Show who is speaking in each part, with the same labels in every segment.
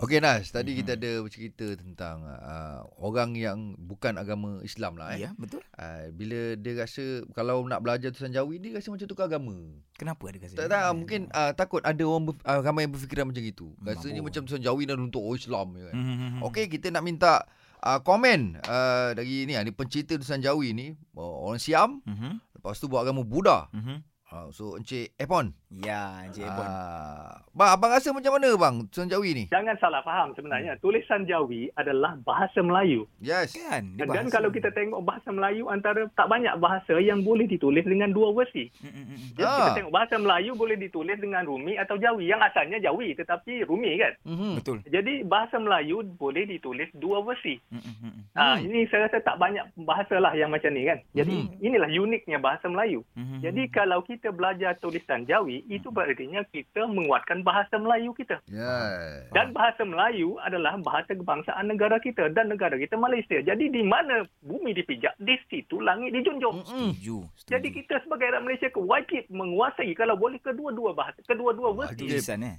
Speaker 1: Okey Nas, tadi
Speaker 2: Mhm.
Speaker 1: kita ada bercerita tentang uh, orang yang bukan agama Islam lah eh.
Speaker 2: Ya, betul.
Speaker 1: Uh, bila dia rasa kalau nak belajar tulisan Jawi dia rasa macam tukar agama.
Speaker 2: Kenapa ada kasi?
Speaker 1: Tak tak mungkin uh, takut ada orang ber, uh, ramai yang berfikiran macam itu.
Speaker 2: Hmm,
Speaker 1: Rasanya
Speaker 2: mabuk.
Speaker 1: macam tulisan Jawi dan untuk orang Islam je kan.
Speaker 2: Hmm.
Speaker 1: Okey, kita nak minta uh, komen uh, dari ni ah, ni pencerita tulisan Jawi ni uh, orang Siam,
Speaker 2: Mhm.
Speaker 1: lepas tu buat agama Buddha.
Speaker 2: Mhm.
Speaker 1: Uh, so Encik Epon.
Speaker 2: Ya, Encik Ebon.
Speaker 1: Ah, bang abang rasa macam mana bang tulisan Jawi ni?
Speaker 3: Jangan salah faham
Speaker 1: Hmm.
Speaker 3: sebenarnya. Tulisan Jawi adalah bahasa Melayu.
Speaker 1: Yes.
Speaker 2: Kan? dia
Speaker 3: Dan
Speaker 2: bahasa.
Speaker 3: kalau kita tengok bahasa Melayu antara tak banyak bahasa yang boleh ditulis dengan dua versi.
Speaker 2: Mm, mm, mm.
Speaker 3: Jadi
Speaker 1: Ah.
Speaker 3: kita tengok bahasa Melayu boleh ditulis dengan Rumi atau Jawi. Yang asalnya Jawi tetapi Rumi kan.
Speaker 1: Mhm.
Speaker 2: Betul.
Speaker 3: Jadi bahasa Melayu boleh ditulis dua versi.
Speaker 2: Mm, mm, mm, mm.
Speaker 3: Ah,
Speaker 1: Hmm.
Speaker 3: ini saya rasa tak banyak bahasa lah yang macam ni kan. Jadi
Speaker 1: Hmm.
Speaker 3: inilah uniknya bahasa Melayu.
Speaker 2: Mhm.
Speaker 3: Jadi kalau kita belajar tulisan Jawi,
Speaker 1: Hmm.
Speaker 3: itu berartinya kita menguatkan bahasa Melayu kita.
Speaker 2: ya.
Speaker 1: Yes.
Speaker 3: Dan bahasa Melayu adalah bahasa kebangsaan negara kita dan negara kita Malaysia. Jadi di mana bumi dipijak, di situ langit dijunjung.
Speaker 1: Mm-mm.
Speaker 2: setuju, setuju.
Speaker 3: Jadi kita sebagai rakyat Malaysia wajib menguasai kalau boleh kedua-dua bahasa, kedua-dua
Speaker 2: itu
Speaker 3: versi.
Speaker 1: Wajib.
Speaker 2: lisan eh.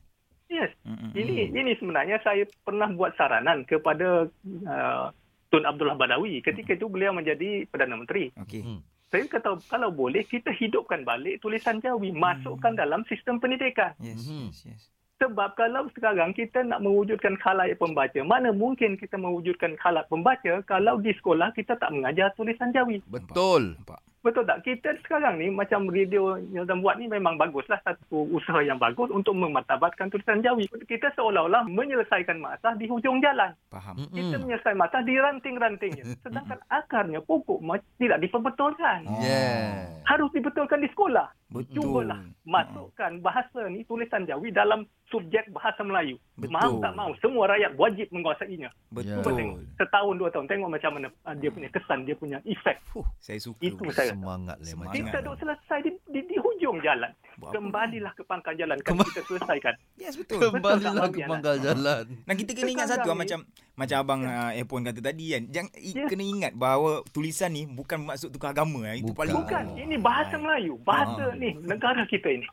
Speaker 3: Yes.
Speaker 2: Mm, mm, mm.
Speaker 3: Ini ini sebenarnya saya pernah buat saranan kepada uh, Tun Abdullah Badawi ketika itu beliau menjadi Perdana Menteri.
Speaker 2: Okey.
Speaker 1: Hmm.
Speaker 3: Saya kata kalau boleh kita hidupkan balik tulisan Jawi, masukkan dalam sistem pendidikan.
Speaker 2: Yes,
Speaker 1: Mhm.
Speaker 2: yes, yes.
Speaker 3: Sebab kalau sekarang kita nak mewujudkan khalayak pembaca, mana mungkin kita mewujudkan khalayak pembaca kalau di sekolah kita tak mengajar tulisan Jawi.
Speaker 1: Betul.
Speaker 2: Nampak.
Speaker 3: Betul tak? Kita sekarang ni macam radio yang Zam buat ni memang baguslah satu usaha yang bagus untuk memartabatkan tulisan Jawi. Kita seolah-olah menyelesaikan masalah di hujung jalan.
Speaker 2: Faham.
Speaker 3: Kita
Speaker 1: Mm-mm.
Speaker 3: menyelesaikan masalah di ranting-rantingnya. Sedangkan akarnya pokok ma- tidak diperbetulkan.
Speaker 2: Oh.
Speaker 1: Yeah.
Speaker 3: Harus dibetulkan di sekolah.
Speaker 2: Betul.
Speaker 3: Cubalah masukkan bahasa ni tulisan Jawi dalam subjek bahasa Melayu.
Speaker 2: Betul.
Speaker 3: Mau tak mau semua rakyat wajib menguasainya. Cuba
Speaker 2: Betul.
Speaker 1: Ya.
Speaker 3: tengok. Setahun dua tahun tengok macam mana ah, dia punya kesan, dia punya efek.
Speaker 2: Saya suka.
Speaker 3: Itu
Speaker 2: Buat
Speaker 3: saya rasa.
Speaker 1: Semangat lah
Speaker 2: Semangat.
Speaker 1: macam.
Speaker 3: Kita duk selesai di, di, di hujung jalan.
Speaker 2: apa?
Speaker 3: Kembalilah ke pangkal jalan kan
Speaker 1: Kemba-
Speaker 3: kita selesaikan.
Speaker 2: Yes, betul.
Speaker 1: Kembalilah
Speaker 3: Betul
Speaker 1: ke
Speaker 3: tak,
Speaker 1: pangkal jalan.
Speaker 2: Dan kita kena ingat satu
Speaker 3: Sekarang
Speaker 2: ah,
Speaker 3: ni-
Speaker 2: macam macam abang uh, Epon kata tadi kan. Jangan i-
Speaker 3: Ya.
Speaker 2: kena ingat bahawa tulisan ni bukan bermaksud tukar agama eh. Itu
Speaker 1: Bukan.
Speaker 2: paling
Speaker 3: Bukan, ini bahasa Melayu. Bahasa
Speaker 2: Ah.
Speaker 3: ni negara kita ini.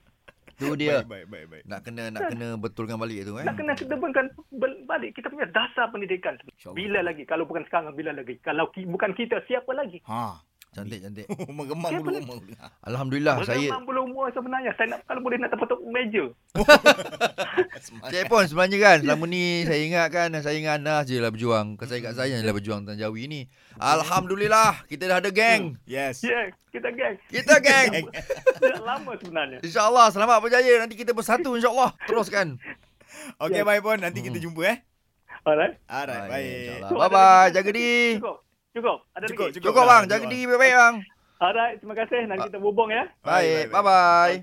Speaker 1: Tu dia.
Speaker 2: Baik, baik, baik, baik.
Speaker 1: Nak kena nak kena betulkan balik tu eh.
Speaker 3: Nak kena kedepankan bel- balik kita punya dasar pendidikan.
Speaker 2: InsyaAllah.
Speaker 3: Bila lagi? Kalau bukan sekarang, bila lagi? Kalau ki, bukan kita, siapa lagi?
Speaker 2: Ha.
Speaker 1: Cantik cantik.
Speaker 2: Meremang
Speaker 3: Ya,
Speaker 2: dulu.
Speaker 3: boleh.
Speaker 2: meremang dulu. Ah,
Speaker 1: Alhamdulillah saya
Speaker 3: Berkembang belum umur sebenarnya. Saya nak kalau boleh nak terpetuk meja.
Speaker 2: Semangat.
Speaker 1: Cik Pon sebenarnya kan Selama ni saya ingatkan Saya dengan Anas je lah berjuang Kan Saya kat saya je lah berjuang Tentang Jawi ni Alhamdulillah Kita dah ada geng
Speaker 2: Yes.
Speaker 3: Ya, yeah, kita geng.
Speaker 1: Kita geng
Speaker 3: Dah lama sebenarnya.
Speaker 1: InsyaAllah selamat berjaya Nanti kita bersatu insyaAllah Teruskan
Speaker 2: Okey,
Speaker 3: Yes.
Speaker 2: bye Pon. Nanti kita jumpa eh.
Speaker 3: Alright.
Speaker 2: Alright,
Speaker 1: Hmm. Baik,
Speaker 2: baik.
Speaker 1: insyaAllah. Bye bye Jaga diri
Speaker 3: Cukup. Cukup.
Speaker 2: Cukup, Ah.
Speaker 3: Ada lagi?
Speaker 2: cukup.
Speaker 1: Cukup bang Jaga diri baik-baik bang
Speaker 3: Alright, terima kasih. Nanti kita berhubung ya.
Speaker 1: Baik bye bye